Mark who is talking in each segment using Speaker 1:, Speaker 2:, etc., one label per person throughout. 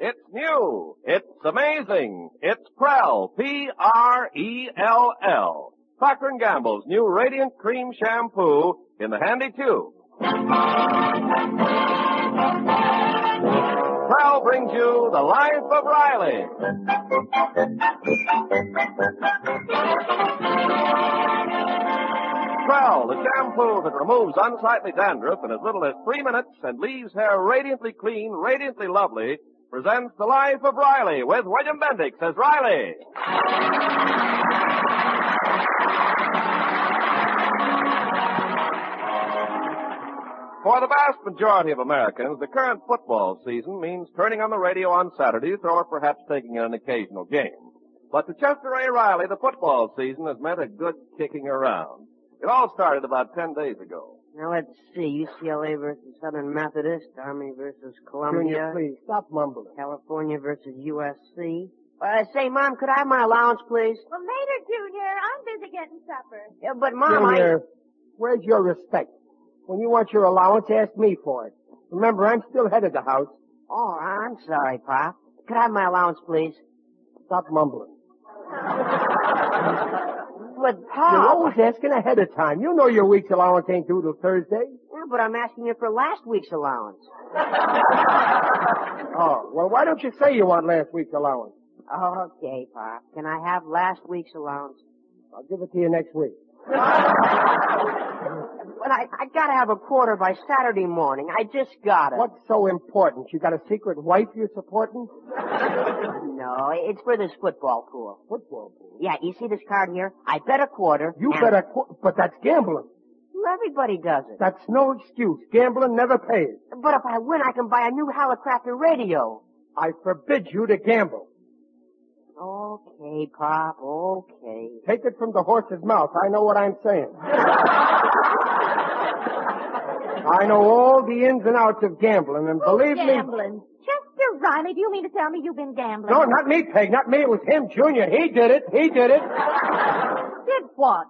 Speaker 1: It's new. It's amazing. It's Prell. P-R-E-L-L. E Procter & Gamble's new Radiant Cream Shampoo in the handy tube. Prell brings you The Life of Riley. Prell, the shampoo that removes unsightly dandruff in as little as three minutes and leaves hair radiantly clean, radiantly lovely, presents The Life of Riley with William Bendix as Riley. For the vast majority of Americans, the current football season means turning on the radio on Saturdays or perhaps taking in an occasional game. But to Chester A. Riley, the football season has meant a good kicking around. It all started about ten days ago.
Speaker 2: Now let's see. UCLA versus Southern Methodist, Army versus Columbia,
Speaker 3: please, stop mumbling.
Speaker 2: California versus USC. Uh, say, Mom, could I have my allowance, please?
Speaker 4: Well, later, Junior. I'm busy getting supper.
Speaker 2: Yeah, but Mom,
Speaker 3: Junior, where's your respect? When you want your allowance, ask me for it. Remember, I'm still head of the house.
Speaker 2: I... Oh, I'm sorry, Pop. Could I have my allowance, please?
Speaker 3: Stop mumbling.
Speaker 2: But,
Speaker 3: You're
Speaker 2: Pop...
Speaker 3: always asking ahead of time. You know your week's allowance ain't due till Thursday.
Speaker 2: Yeah, but I'm asking you for last week's allowance.
Speaker 3: Oh, well, why don't you say you want last week's allowance?
Speaker 2: Okay, Pop. Can I have last week's allowance?
Speaker 3: I'll give it to you next week.
Speaker 2: But I, I gotta have a quarter by Saturday morning. I just got it.
Speaker 3: What's so important? You got a secret wife you're supporting?
Speaker 2: No, it's for this football pool.
Speaker 3: Football. player.
Speaker 2: Yeah, you see this card here? I bet a quarter.
Speaker 3: You
Speaker 2: and-
Speaker 3: better, qu- but that's gambling.
Speaker 2: Well, everybody does it.
Speaker 3: That's no excuse. Gambling never pays.
Speaker 2: But if I win, I can buy a new Halicrafter radio.
Speaker 3: I forbid you to gamble.
Speaker 2: Okay, Pop, okay.
Speaker 3: Take it from the horse's mouth. I know what I'm saying. I know all the ins and outs of gambling, and believe me.
Speaker 4: gambling. Chester Riley, do you mean to tell me you've been gambling?
Speaker 3: No, not me, Peg. Not me. It was him, Junior. He did it. He did it.
Speaker 4: Did what?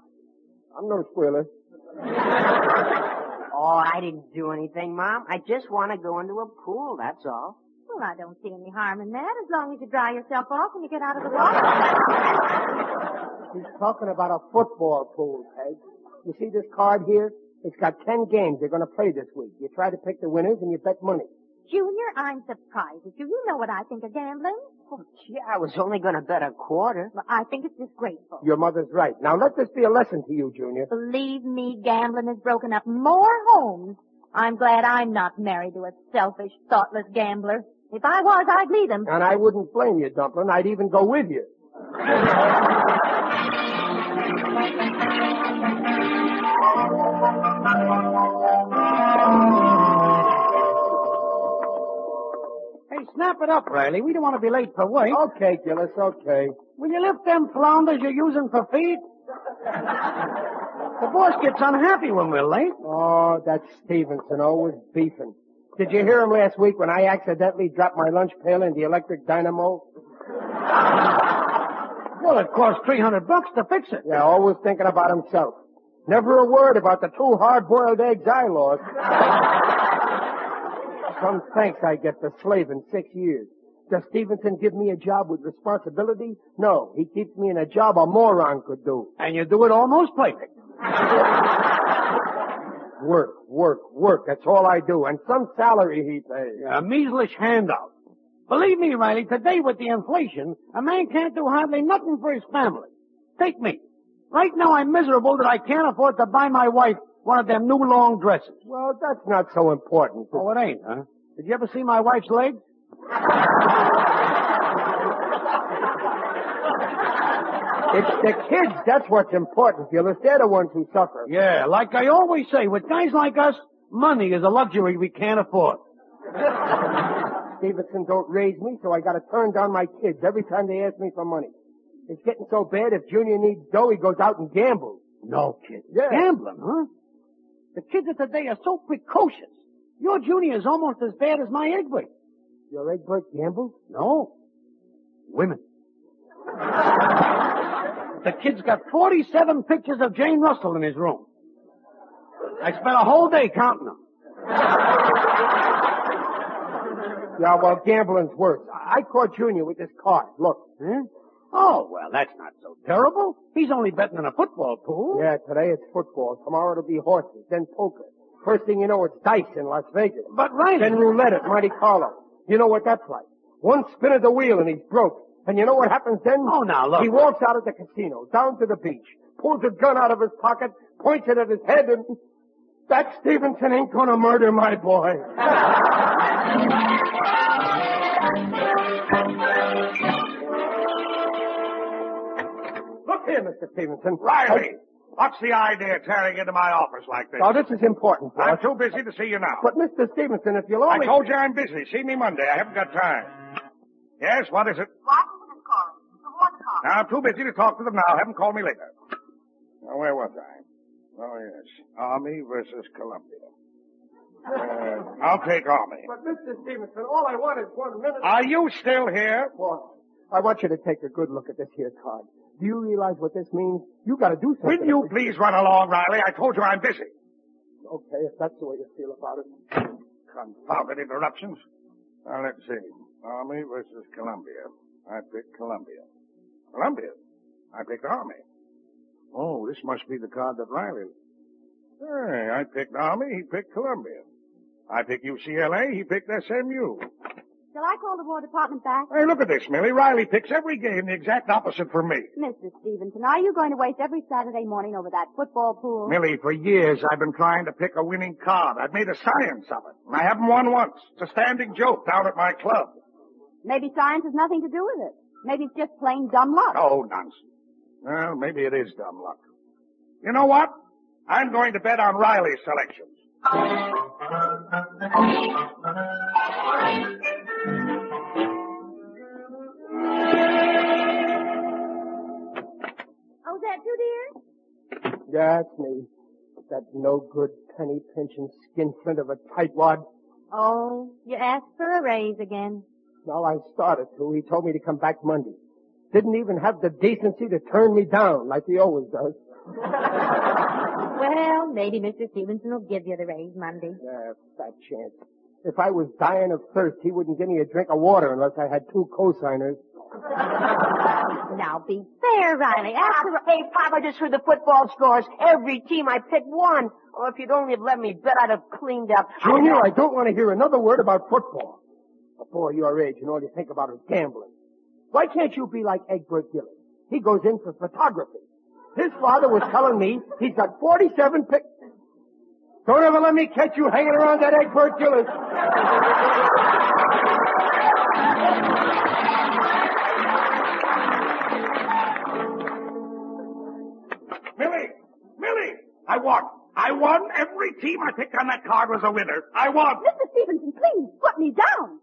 Speaker 3: I'm no squealer.
Speaker 2: Oh, I didn't do anything, Mom. I just want to go into a pool, that's all.
Speaker 4: Well, I don't see any harm in that as long as you dry yourself off when you get out of the water.
Speaker 3: He's talking about a football pool, Peg. You see this card here? It's got ten games they're going to play this week. You try to pick the winners and you bet money.
Speaker 4: Junior, I'm surprised at you. You know what I think of gambling.
Speaker 2: Oh, gee, I was only going to bet a quarter.
Speaker 4: Well, I think it's disgraceful.
Speaker 3: Your mother's right. Now let this be a lesson to you, Junior.
Speaker 4: Believe me, gambling has broken up more homes. I'm glad I'm not married to a selfish, thoughtless gambler. If I was, I'd leave him.
Speaker 3: And I wouldn't blame you, Dumplin'. I'd even go with you.
Speaker 5: Hey, snap it up, Riley. We don't want to be late for work.
Speaker 3: Okay, Gillis, okay.
Speaker 5: Will you lift them flounders you're using for feet? the boss gets unhappy when we're late.
Speaker 3: Oh, that Stevenson always beefing. Did you hear him last week when I accidentally dropped my lunch pail in the electric dynamo?
Speaker 5: Well, it costs 300 bucks to fix it.
Speaker 3: Yeah, always thinking about himself. Never a word about the two hard-boiled eggs I lost. Some thanks I get for slaving six years. Does Stevenson give me a job with responsibility? No, he keeps me in a job a moron could do.
Speaker 5: And you do it almost perfect.
Speaker 3: Work, work, work. That's all I do. And some salary he pays.
Speaker 5: A measlish handout. Believe me, Riley, today with the inflation, a man can't do hardly nothing for his family. Take me. Right now I'm miserable that I can't afford to buy my wife one of them new long dresses.
Speaker 3: Well, that's not so important.
Speaker 5: Oh, it ain't, huh? Did you ever see my wife's legs?
Speaker 3: It's the kids. That's what's important, Gillis. They're the ones who suffer.
Speaker 5: Yeah, like I always say, with guys like us, money is a luxury we can't afford.
Speaker 3: Davidson don't raise me, so I gotta turn down my kids every time they ask me for money. It's getting so bad if Junior needs dough, he goes out and gambles.
Speaker 5: No kid.
Speaker 3: Yeah.
Speaker 5: Gambling, huh? The kids of today are so precocious. Your junior is almost as bad as my Egbert.
Speaker 3: Your Egbert gambles?
Speaker 5: No. Women. the kid's got 47 pictures of Jane Russell in his room. I spent a whole day counting them.
Speaker 3: Yeah, well, gambling's worse. I I caught Junior with this card. Look.
Speaker 5: Huh? Oh, well, that's not so terrible. He's only betting in a football pool.
Speaker 3: Yeah, today it's football. Tomorrow it'll be horses, then poker. First thing you know, it's dice in Las Vegas.
Speaker 5: But Riley,
Speaker 3: Then roulette at Monte Carlo. You know what that's like. One spin of the wheel and he's broke. And you know what happens then?
Speaker 5: Oh, now, look.
Speaker 3: He walks out of the casino, down to the beach, pulls a gun out of his pocket, points it at his head, and that Stevenson ain't gonna murder my boy. Look here, Mr. Stevenson.
Speaker 6: Riley, what's the idea of tearing into my office like this?
Speaker 3: Now, this is important, boss.
Speaker 6: I'm too busy to see you now.
Speaker 3: But, Mr. Stevenson, if you'll
Speaker 6: I
Speaker 3: only...
Speaker 6: told you I'm busy. See me Monday. I haven't got time. Yes, what is it?
Speaker 7: Washington is calling. You want to call?
Speaker 6: Now, I'm too busy to talk to them now. Have them call me later. Now, where was I? Oh, yes. Army versus Columbia. Uh, I'll take Army.
Speaker 3: But, Mr. Stevenson, all I want is one minute...
Speaker 6: Are you still here?
Speaker 3: Boss, I want you to take a good look at this here card. Do you realize what this means? You gotta do something.
Speaker 6: Will you please run along, Riley? I told you I'm busy.
Speaker 3: Okay, if that's the way you feel about it.
Speaker 6: Confounded interruptions. Now, let's see. Army versus Columbia. I picked Columbia. Columbia? I picked Army. Oh, this must be the card that Riley... Hey, I picked Army, he picked Columbia. I picked UCLA, he picked SMU.
Speaker 4: Shall I call the War Department back?
Speaker 6: Hey, look at this, Millie. Riley picks every game the exact opposite from me.
Speaker 4: Mr. Stevenson, are you going to waste every Saturday morning over that football pool?
Speaker 6: Millie, for years I've been trying to pick a winning card. I've made a science of it. And I haven't won once. It's a standing joke down at my club.
Speaker 4: Maybe science has nothing to do with it. Maybe it's just plain dumb luck.
Speaker 6: Oh, nonsense. Well, maybe it is dumb luck. You know what? I'm going to bet on Riley's selections.
Speaker 4: Oh, is that you, dear?
Speaker 3: That's me. That no good penny pinching skinflint of a tightwad.
Speaker 4: Oh, you asked for a raise again.
Speaker 3: Well, I started to. He told me to come back Monday. Didn't even have the decency to turn me down like he always does.
Speaker 4: Well, maybe Mr. Stevenson will give you the raise Monday.
Speaker 3: Yeah, fat chance. If I was dying of thirst, he wouldn't give me a drink of water unless I had two cosigners.
Speaker 4: Now be fair, Riley. After all-
Speaker 2: Hey, Papa, just for the football scores, every team I picked one. Oh, if you'd only have let me bet, I'd have cleaned up.
Speaker 3: Junior, I don't want to hear another word about football. A boy your age and all you think about is gambling. Why can't you be like Egbert Gillis? He goes in for photography. His father was telling me he's got 47 pic... Don't ever let me catch you hanging around that Egbert Gillis.
Speaker 6: Millie! Millie! I won. I won. Every team I picked on that card was a winner. I won.
Speaker 4: Mr. Stevenson, please, put me down.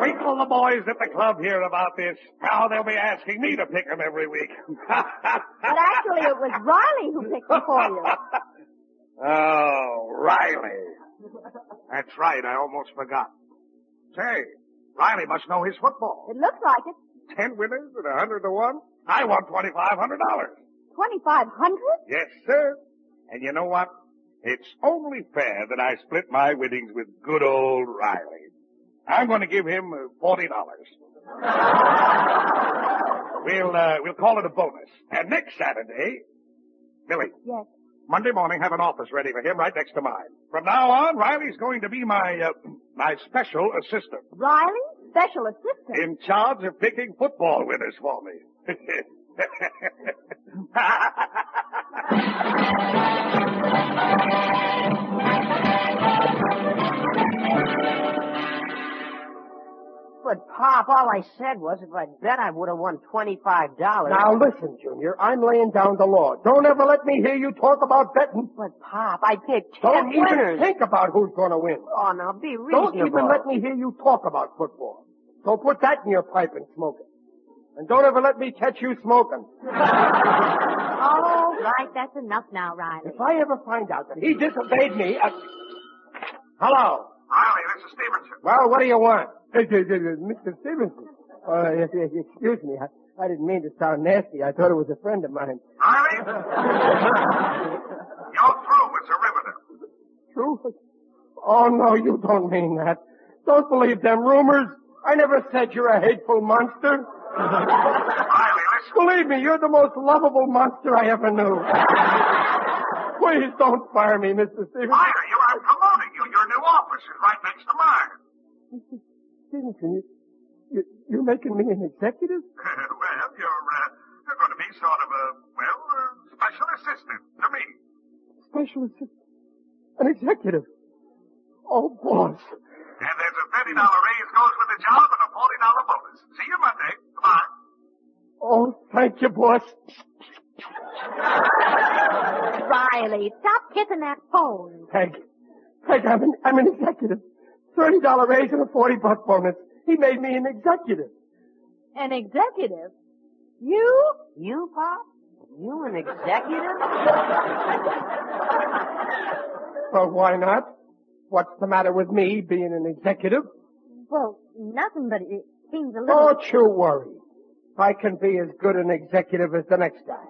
Speaker 6: Wait till the boys at the club hear about this. Now they'll be asking me to pick 'em every week.
Speaker 4: But actually, it was Riley who picked me for you.
Speaker 6: oh, Riley. That's right. I almost forgot. Say, Riley must know his football.
Speaker 4: It looks like it.
Speaker 6: Ten winners and a hundred to one. I won twenty-five hundred dollars.
Speaker 4: 2500
Speaker 6: Yes, sir. And you know what? It's only fair that I split my winnings with good old Riley. I'm going to give him uh, forty dollars. we'll uh, we'll call it a bonus. And next Saturday, Billy.
Speaker 4: Yes.
Speaker 6: Monday morning, have an office ready for him right next to mine. From now on, Riley's going to be my uh, my special assistant
Speaker 4: Riley, special assistant.
Speaker 6: in charge of picking football winners for me.
Speaker 2: But, Pop, all I said was if I'd bet I would have won $25.
Speaker 3: Now listen, Junior, I'm laying down the law. Don't ever let me hear you talk about betting.
Speaker 2: But, Pop, I picked 10
Speaker 3: Don't even
Speaker 2: winners.
Speaker 3: think about who's gonna win.
Speaker 2: Oh, now be reasonable.
Speaker 3: Don't even let me hear you talk about football. So put that in your pipe and smoke it. And don't ever let me catch you smoking.
Speaker 4: All right, that's enough now, Riley.
Speaker 3: If I ever find out that he disobeyed me, I... hello.
Speaker 7: Riley, this is Stevenson.
Speaker 3: Well, what do you want? Mr. Stevenson. Uh, yes, yes, excuse me. I, I didn't mean to sound nasty. I thought it was a friend of mine.
Speaker 7: Riley? You're through. It's a riveter.
Speaker 3: True? Oh, no, you don't mean that. Don't believe them rumors. I never said you're a hateful monster.
Speaker 7: Riley, listen.
Speaker 3: Believe me, you're the most lovable monster I ever knew. Please don't fire me, Mr. Stevenson.
Speaker 7: Riley, you, I'm promoting you. Your new office is right next to mine.
Speaker 3: Stevenson, you, you, you're making me an executive?
Speaker 7: well, you're, uh, you're going to be sort of a, well, uh, special assistant to me.
Speaker 3: Special assistant? An executive? Oh, boss.
Speaker 7: And there's a $30 raise goes with the job and a $40 bonus. See you Monday. Goodbye.
Speaker 3: Oh, thank you, boss.
Speaker 4: Riley, stop kissing that phone.
Speaker 3: Peg. Peg, I'm an, I'm an executive. $30 raise and a 40 buck bonus. He made me an executive.
Speaker 4: An executive? You?
Speaker 2: You, Pop? You an executive?
Speaker 3: Well, why not? What's the matter with me being an executive?
Speaker 4: Well, nothing, but it seems a little...
Speaker 3: Don't you worry. I can be as good an executive as the next guy.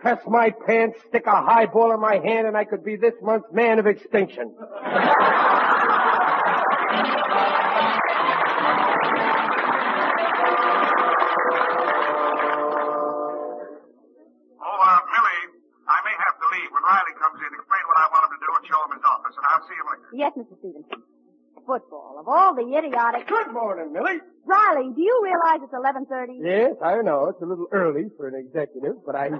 Speaker 3: Press my pants, stick a highball in my hand, and I could be this month's man of extinction.
Speaker 7: Oh, uh, Millie, I may have to leave. When Riley comes in, explain what I want him to do and show him his office, and I'll see him later.
Speaker 4: Yes, Mr. Stevenson. Football, of all the idiotic...
Speaker 3: Good morning, Millie.
Speaker 4: Riley, do you realize it's 11.30?
Speaker 3: Yes, I know. It's a little early for an executive, but I,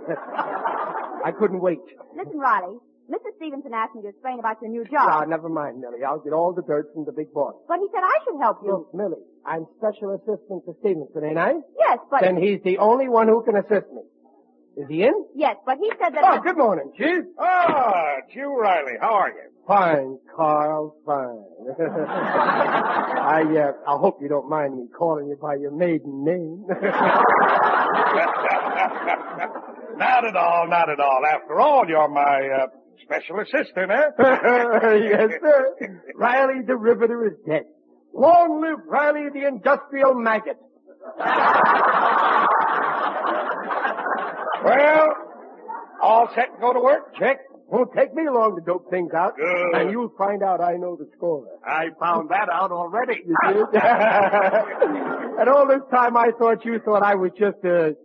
Speaker 3: I couldn't wait.
Speaker 4: Listen, Riley, Mr. Stevenson asked me to explain about your new
Speaker 3: Ah,
Speaker 4: job.
Speaker 3: never mind, Millie. I'll get all the dirt from the big boss.
Speaker 4: But he said I should help you.
Speaker 3: Look, Millie, I'm special assistant to Stevenson, ain't I?
Speaker 4: Yes, but...
Speaker 3: Then he's the only one who can assist me. Is he in?
Speaker 4: Yes, but he said that...
Speaker 3: Oh, good morning, Chief.
Speaker 6: Ah, it's you, Riley. How are you?
Speaker 3: Fine, Carl, fine. I, uh, I hope you don't mind me calling you by your maiden name.
Speaker 6: Not at all, not at all. After all, you're my uh, special assistant, eh?
Speaker 3: yes, sir. Riley the Riveter is dead. Long live Riley the Industrial Maggot.
Speaker 6: Well, all set and go to work?
Speaker 3: Check. Won't take me long to dope things out.
Speaker 6: Good.
Speaker 3: And you'll find out I know the score.
Speaker 6: I found that out already.
Speaker 3: You did? and all this time I thought you thought I was just a,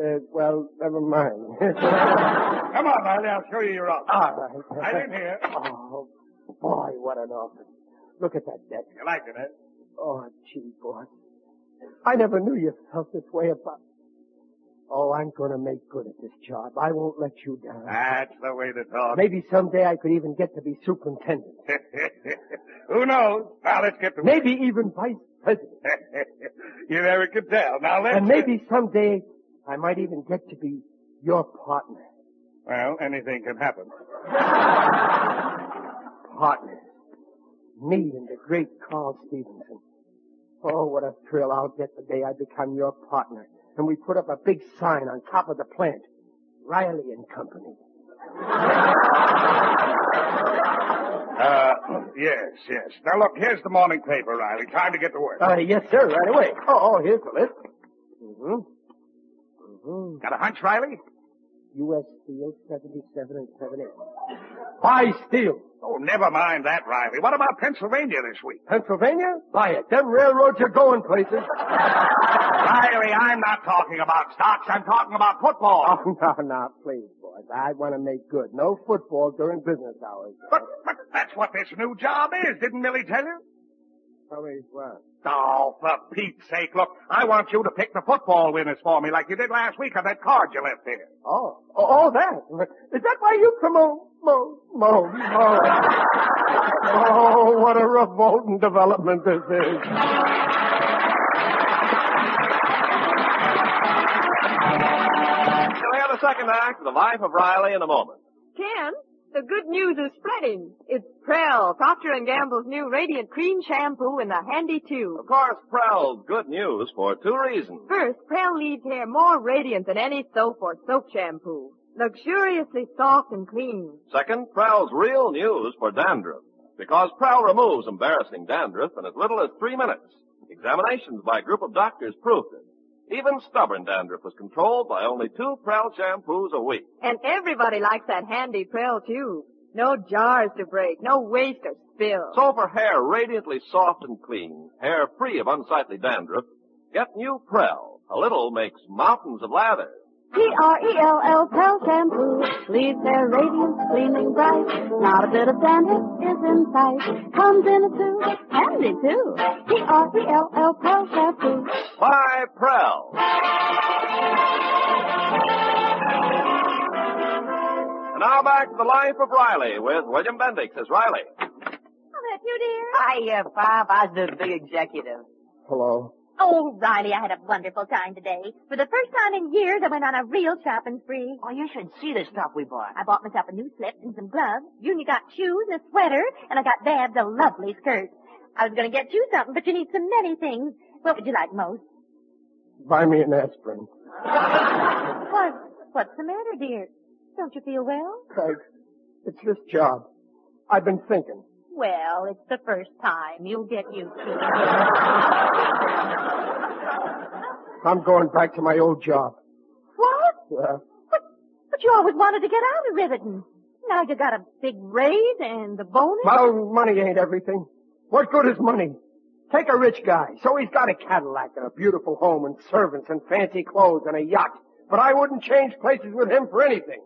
Speaker 3: uh, well, never mind.
Speaker 6: Come on, Riley, I'll show you your office.
Speaker 3: All right.
Speaker 6: Right in here.
Speaker 3: Oh, boy, what an office. Look at that desk.
Speaker 6: You like it, eh?
Speaker 3: Oh, gee, boy. I never knew you felt this way about... Oh, I'm gonna make good at this job. I won't let you down.
Speaker 6: That's the way to talk.
Speaker 3: Maybe someday I could even get to be superintendent.
Speaker 6: Who knows? Now let's get to work.
Speaker 3: Maybe even vice president.
Speaker 6: you never could tell. Now let's.
Speaker 3: And maybe someday I might even get to be your partner.
Speaker 6: Well, anything can happen.
Speaker 3: Partners. Me and the great Carl Stevenson. Oh, what a thrill I'll get the day I become your partner. And we put up a big sign on top of the plant. Riley and Company.
Speaker 6: Uh, yes, yes. Now look, here's the morning paper, Riley. Time to get to work.
Speaker 3: Uh, yes, sir, right away. Oh, oh here's the list. hmm hmm
Speaker 6: Got a hunch, Riley?
Speaker 3: U.S. Steel 77 and 78. Buy steel.
Speaker 6: Oh, never mind that, Riley. What about Pennsylvania this week?
Speaker 3: Pennsylvania? Buy it. Them railroads are going places.
Speaker 6: Riley, I'm not talking about stocks. I'm talking about football.
Speaker 3: Oh, no, no, please, boys. I want to make good. No football during business hours.
Speaker 6: But, but that's what this new job is. Didn't Millie tell you?
Speaker 3: Tell me what?
Speaker 6: Oh, for Pete's sake, look, I want you to pick the football winners for me like you did last week on that card you left here.
Speaker 3: Oh, oh, oh, that. Is that why you promote? Mo, mo, mo. oh, what a revolting development this is.
Speaker 1: second act of The Life of Riley in a moment.
Speaker 8: Ken, the good news is spreading. It's Prel, Procter & Gamble's new Radiant Cream Shampoo in the handy
Speaker 1: Of
Speaker 8: tube.
Speaker 1: course, Prell's good news for two reasons.
Speaker 8: First, Prel leaves hair more radiant than any soap or soap shampoo. Luxuriously soft and clean.
Speaker 1: Second, Prell's real news for dandruff. Because Prell removes embarrassing dandruff in as little as three minutes. Examinations by a group of doctors proved it. Even stubborn dandruff was controlled by only two Prell shampoos a week.
Speaker 8: And everybody likes that handy Prel tube. No jars to break, no waste or spill.
Speaker 1: So for hair radiantly soft and clean, hair free of unsightly dandruff, get new Prell. A little makes mountains of lather.
Speaker 4: P-R-E-L-L, Pearl Shampoo. Leaves their radiance gleaming bright. Not a bit of dandruff is in sight. Comes in a tube, handy too. P-R-E-L-L, Pearl Shampoo.
Speaker 1: Buy Prell. And now back to the life of Riley with William Bendix as Riley.
Speaker 4: Hello, you dear.
Speaker 2: Hiya, Bob. I was the big executive.
Speaker 3: Hello.
Speaker 4: Oh, Riley, I had a wonderful time today. For the first time in years, I went on a real shopping spree.
Speaker 2: Oh, you should see the stuff we bought.
Speaker 4: I bought myself a new slip and some gloves. Junior got shoes and a sweater, and I got Babs a lovely skirt. I was going to get you something, but you need so many things. What would you like most?
Speaker 3: Buy me an aspirin.
Speaker 4: What? What's the matter, dear? Don't you feel well?
Speaker 3: Craig, it's this job. I've been thinking.
Speaker 4: Well, it's the first time. You'll get used to it.
Speaker 3: I'm going back to my old job.
Speaker 4: What?
Speaker 3: Yeah.
Speaker 4: But, but you always wanted to get out of Riverton. Now you got a big raise and the bonus.
Speaker 3: Well, money ain't everything. What good is money? Take a rich guy. So he's got a Cadillac and a beautiful home and servants and fancy clothes and a yacht. But I wouldn't change places with him for anything.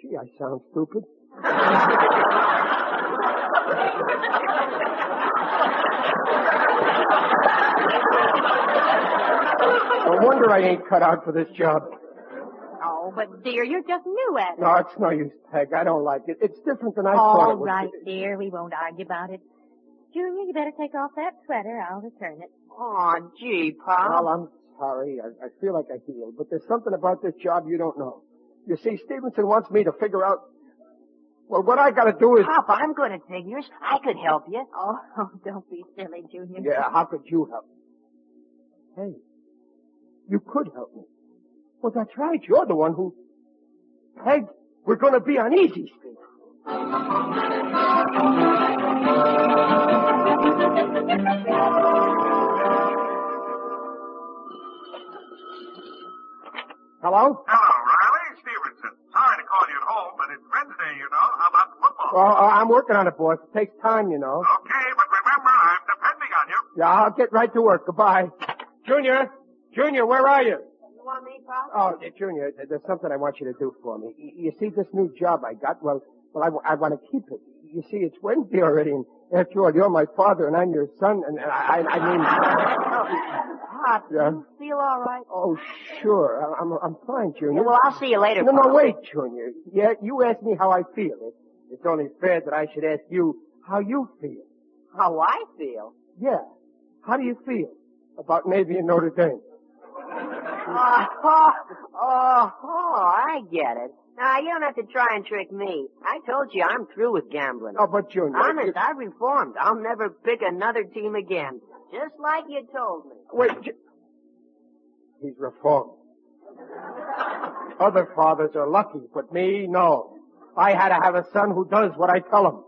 Speaker 3: Gee, I sound stupid. no wonder I ain't cut out for this job.
Speaker 4: Oh, but dear, you're just new at it.
Speaker 3: No, it's no use, Peg. I don't like it. It's different than I thought
Speaker 4: All
Speaker 3: it would
Speaker 4: right,
Speaker 3: be.
Speaker 4: dear, we won't argue about it. Junior, you better take off that sweater. I'll return it.
Speaker 2: Oh, gee, Pop.
Speaker 3: Well, I'm sorry. I, I feel like I healed, but there's something about this job you don't know. You see, Stevenson wants me to figure out. Well, what I got to do is.
Speaker 2: Pop, I'm good at figures. I could help you.
Speaker 4: Oh, don't be silly, Junior.
Speaker 3: Yeah, how could you help? me? Hey, you could help me. Well, that's right. You're the one who. Peg, we're going to be on Easy Street. Hello?
Speaker 7: Hello, Oh, Riley Stevenson. Sorry to call you at home, but it's Wednesday, you know. How about football?
Speaker 3: Well, I- I'm working on it, boss. It takes time, you know.
Speaker 7: Okay, but remember, I'm depending on you.
Speaker 3: Yeah, I'll get right to work. Goodbye. Junior! Junior, where are you?
Speaker 2: You want me, Pop?
Speaker 3: Oh, uh, Junior, th- there's something I want you to do for me. Y- You see, this new job I got, well, well, I, w- I want to keep it. You see, it's Wednesday already, and after all, you're my father, and I'm your son, and and I, I, I
Speaker 2: Oh,
Speaker 3: mean...
Speaker 2: Pop,
Speaker 3: Yeah.
Speaker 2: you feel all right?
Speaker 3: Oh, sure. I- I'm, I'm fine,
Speaker 2: Yeah,
Speaker 3: Junior.
Speaker 2: well, I'll see you later,
Speaker 3: No,
Speaker 2: Pop.
Speaker 3: no, wait, Junior. Yeah, you asked me how I feel. It, it's only fair that I should ask you how you feel.
Speaker 2: How I feel?
Speaker 3: Yeah. How do you feel about Navy and Notre Dame?
Speaker 2: Oh, oh, oh, I get it. Now, you don't have to try and trick me. I told you I'm through with gambling.
Speaker 3: Oh, but Junior.
Speaker 2: Honest,
Speaker 3: you-
Speaker 2: I reformed. I'll never pick another team again. Just like you told me.
Speaker 3: Wait. Ju- He's reformed. Other fathers are lucky, but me, no. I had to have a son who does what I tell him.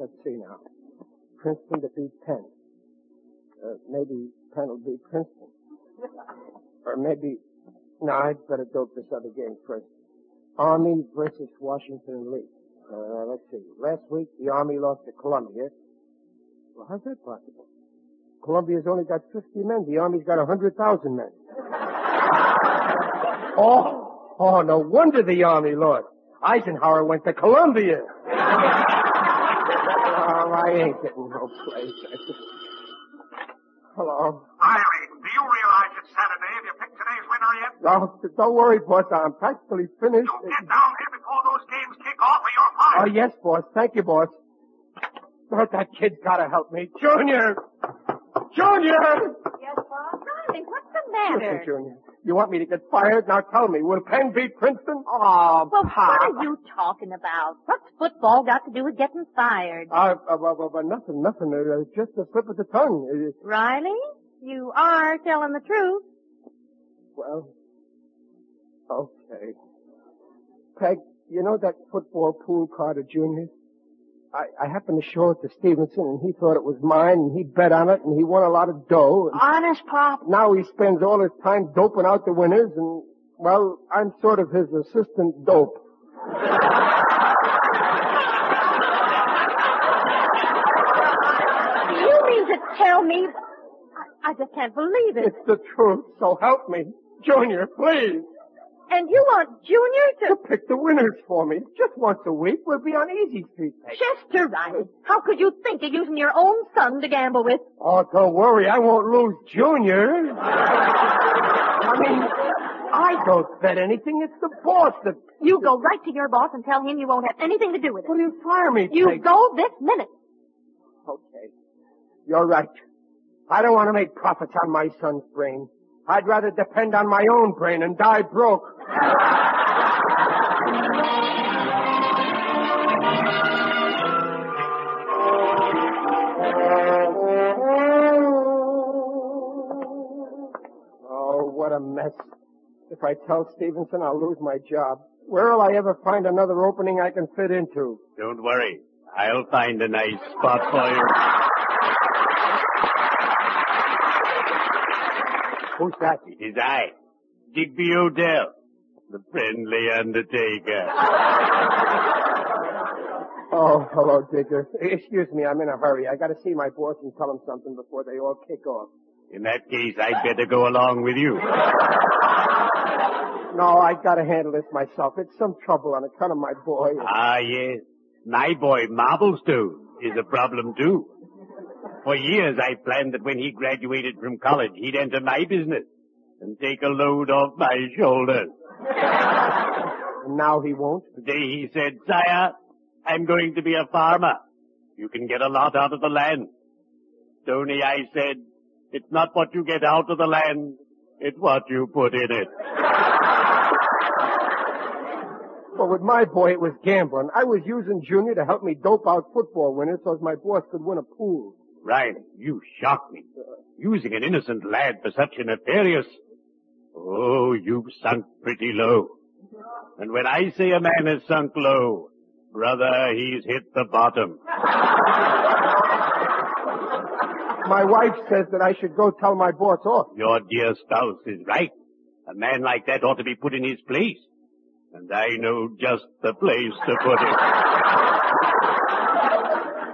Speaker 3: Let's see now. Princeton to beat Penn. Uh, maybe Penn will beat Princeton. Or maybe, no, I'd better dope this other game first. Army versus Washington League. Uh, let's see. Last week, the Army lost to Columbia. Well, how's that possible? Columbia's only got 50 men. The Army's got 100,000 men. oh, oh, no wonder the Army lost. Eisenhower went to Columbia. oh, I ain't getting no place. I just... Hello.
Speaker 7: Riley, do you realize it's Saturday? Have you picked today's winner yet?
Speaker 3: No, don't worry, boss. I'm practically finished.
Speaker 7: You get down here before those games kick off or you're
Speaker 3: Oh,
Speaker 7: fired.
Speaker 3: yes, boss. Thank you, boss. Bert, that kid's gotta help me. Junior! Junior!
Speaker 8: Yes, Bob? Darling, what's the
Speaker 3: Listen,
Speaker 8: matter?
Speaker 3: Junior, you want me to get fired? Now tell me, will Penn beat Princeton? Ah,
Speaker 2: Oh,
Speaker 9: Well, what
Speaker 2: Pop.
Speaker 9: are you talking about? What's football got to do with getting fired?
Speaker 3: Uh, uh, uh, uh, nothing, nothing. Uh, uh, just a slip of the tongue. Uh,
Speaker 9: Riley, you are telling the truth.
Speaker 3: Well, okay. Peg, you know that football pool card of Junior's? I, I happened to show it to Stevenson, and he thought it was mine, and he bet on it, and he won a lot of dough. And
Speaker 2: Honest, Pop?
Speaker 3: now he spends all his time doping out the winners, and, well, I'm sort of his assistant dope.
Speaker 9: Do you mean to tell me? I, I just can't believe it.
Speaker 3: It's the truth, so help me. Junior, please,
Speaker 9: And you want Junior to...
Speaker 3: pick the winners for me. Just once a week, we'll be on easy street. Peg.
Speaker 9: Chester Riley, how could you think of using your own son to gamble with?
Speaker 3: Oh, don't worry, I won't lose Junior. I mean, I don't bet anything, it's the boss that...
Speaker 9: You go right to your boss and tell him you won't have anything to do with it.
Speaker 3: What do you fire me,
Speaker 9: You
Speaker 3: Peg?
Speaker 9: go this minute.
Speaker 3: Okay. You're right. I don't want to make profits on my son's brain. I'd rather depend on my own brain and die broke. Oh, what a mess. If I tell Stevenson, I'll lose my job. Where'll I ever find another opening I can fit into?
Speaker 10: Don't worry. I'll find a nice spot for you.
Speaker 3: Who's that?
Speaker 10: It is I, Digby Odell, the friendly undertaker.
Speaker 3: Oh, hello, Digger. Excuse me, I'm in a hurry. I gotta see my boss and tell him something before they all kick off.
Speaker 10: In that case, I'd better go along with you.
Speaker 3: No, I gotta handle this myself. It's some trouble on account of my boy.
Speaker 10: Ah, yes. My boy Marblestone is a problem too. For years I planned that when he graduated from college, he'd enter my business and take a load off my shoulders.
Speaker 3: And now he won't.
Speaker 10: Today he said, Sire, I'm going to be a farmer. You can get a lot out of the land. Tony, I said, it's not what you get out of the land, it's what you put in it.
Speaker 3: But with my boy, it was gambling. I was using Junior to help me dope out football winners so as my boss could win a pool.
Speaker 10: Ryan, you shock me. Using an innocent lad for such a nefarious. Oh, you've sunk pretty low. And when I say a man has sunk low, brother, he's hit the bottom.
Speaker 3: My wife says that I should go tell my boss off.
Speaker 10: Your dear spouse is right. A man like that ought to be put in his place. And I know just the place to put him.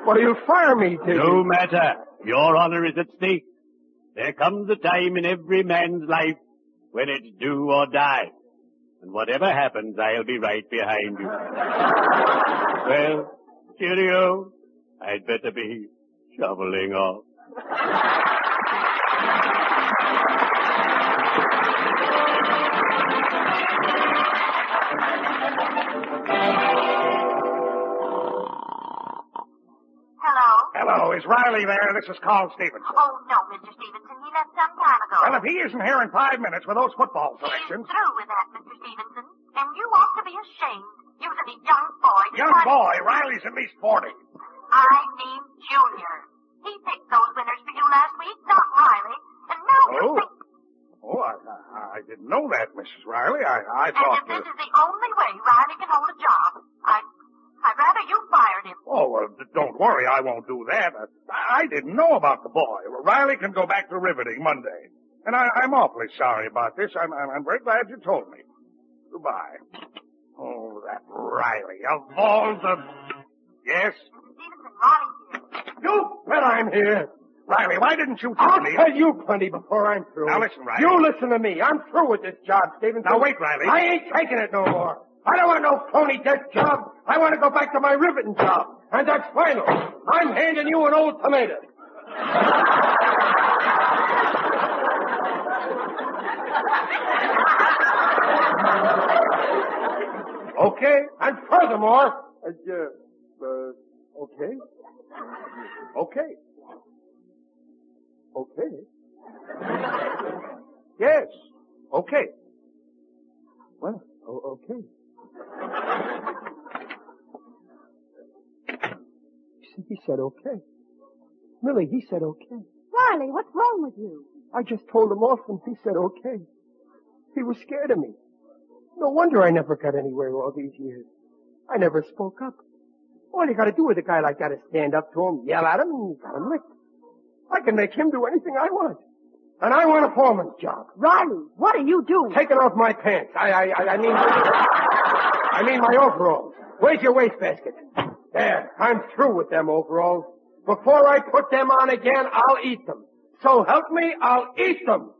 Speaker 3: But he'll fire me, Digger.
Speaker 10: No matter. Your honor is at stake. There comes a time in every man's life when it's do or die. And whatever happens, I'll be right behind you. well, cheerio. I'd better be shoveling off.
Speaker 11: Hello?
Speaker 6: Hello, is Riley there? This is Carl Stevens.
Speaker 11: Oh, no, Mr. Stevenson. He left some time ago.
Speaker 6: Well, if he isn't here in five minutes with those football
Speaker 11: He's
Speaker 6: selections.
Speaker 11: through with that, Mr. Stevenson. And you ought to be ashamed. You to be young boy.
Speaker 6: Young
Speaker 11: Why-
Speaker 6: boy, Riley's at least 40.
Speaker 11: I mean Junior. He picked those winners for you last week, not Riley. And now you
Speaker 6: Oh.
Speaker 11: think...
Speaker 6: Oh, I, I, I didn't know that, Mrs. Riley. I, I
Speaker 11: And if
Speaker 6: thought
Speaker 11: this
Speaker 6: that...
Speaker 11: is the only way Riley can hold a job, I, I'd rather you fired him.
Speaker 6: Oh, well, d- don't worry. I won't do that. I, I didn't know about the boy. Riley can go back to riveting Monday. And I, I'm awfully sorry about this. I'm, I'm, I'm very glad you told me. Goodbye. Oh, that Riley, of all the... Yes?
Speaker 11: Mr. Stevenson, Riley's here.
Speaker 6: You bet I'm here. Riley, why didn't you tell
Speaker 3: I'll
Speaker 6: me?
Speaker 3: tell you plenty before I'm through.
Speaker 6: Now listen, Riley.
Speaker 3: You listen to me. I'm through with this job, Stevenson.
Speaker 6: Now wait, Riley.
Speaker 3: I ain't taking it no more. I don't want no phony desk job. I want to go back to my riveting job. And that's final. I'm handing you an old tomato. okay. And furthermore, uh, uh, okay.
Speaker 6: Okay. Okay. Yes. Okay. Well, o- okay.
Speaker 3: See, He said okay. Millie, he said okay.
Speaker 4: Riley, what's wrong with you?
Speaker 3: I just told him off and he said okay. He was scared of me. No wonder I never got anywhere all these years. I never spoke up. All you gotta do with a guy like that is stand up to him, yell at him, and you got him licked. I can make him do anything I want. And I want a foreman's job.
Speaker 4: Riley, what are you doing?
Speaker 3: Taking off my pants. I, I, I, I mean, I mean my overalls. Where's your wastebasket? There, I'm through with them overalls. Before I put them on again, I'll eat them. So help me, I'll eat them.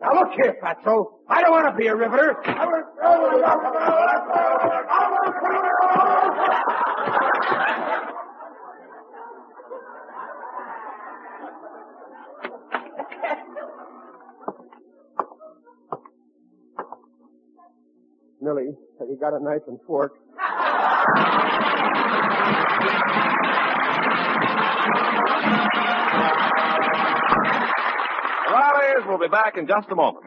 Speaker 3: Now look here, Fatso. I don't want to be a riveter. I want Millie, have you got a knife and fork?
Speaker 1: The Rileys will be back in just a moment.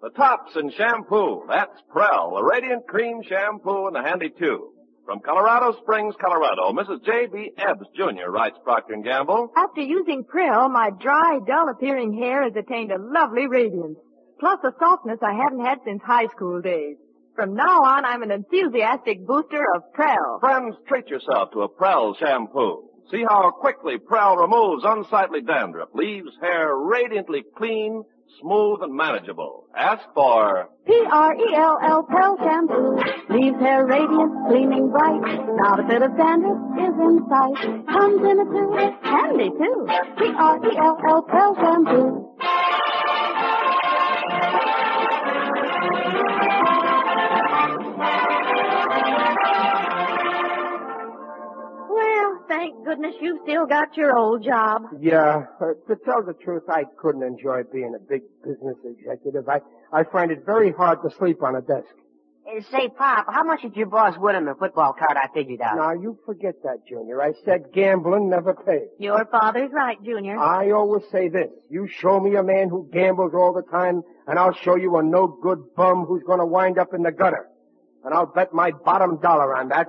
Speaker 1: The tops in shampoo. That's Prell, the radiant cream shampoo in the handy tube. From Colorado Springs, Colorado, Mrs. J.B. Ebbs, Jr. writes Procter & Gamble.
Speaker 8: After using Prill, my dry, dull-appearing hair has attained a lovely radiance, plus a softness I haven't had since high school days. From now on, I'm an enthusiastic booster of Prell.
Speaker 1: Friends, treat yourself to a Prell shampoo. See how quickly Prell removes unsightly dandruff, leaves hair radiantly clean, smooth, and manageable. Ask for
Speaker 4: P-R-E-L-L E Pearl Shampoo leaves hair radiant, gleaming bright. Not a bit of dandruff is in sight. Comes in a tube, handy too. P-R-E-L-L Pearl Shampoo.
Speaker 9: Well, thank goodness you've still got your old job.
Speaker 3: Yeah, uh, to tell the truth, I couldn't enjoy being a big business executive. I, I find it very hard to sleep on a desk.
Speaker 2: Hey, say, Pop, how much did your boss win on the football card I figured out?
Speaker 3: Now, you forget that, Junior. I said gambling never pays.
Speaker 9: Your father's right, Junior.
Speaker 3: I always say this. You show me a man who gambles all the time, and I'll show you a no-good bum who's going to wind up in the gutter. And I'll bet my bottom dollar on that.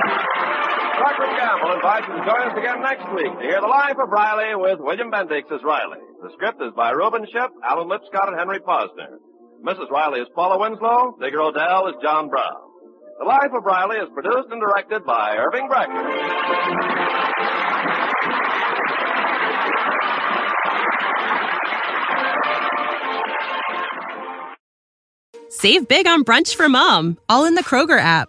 Speaker 1: Procter & Gamble invites you to join us again next week to hear The Life of Riley with William Bendix as Riley. The script is by Reuben Shep, Alan Lipscott, and Henry Posner. Mrs. Riley is Paula Winslow. Digger Odell is John Brown. The Life of Riley is produced and directed by Irving Brecker.
Speaker 12: Save big on brunch for mom, all in the Kroger app.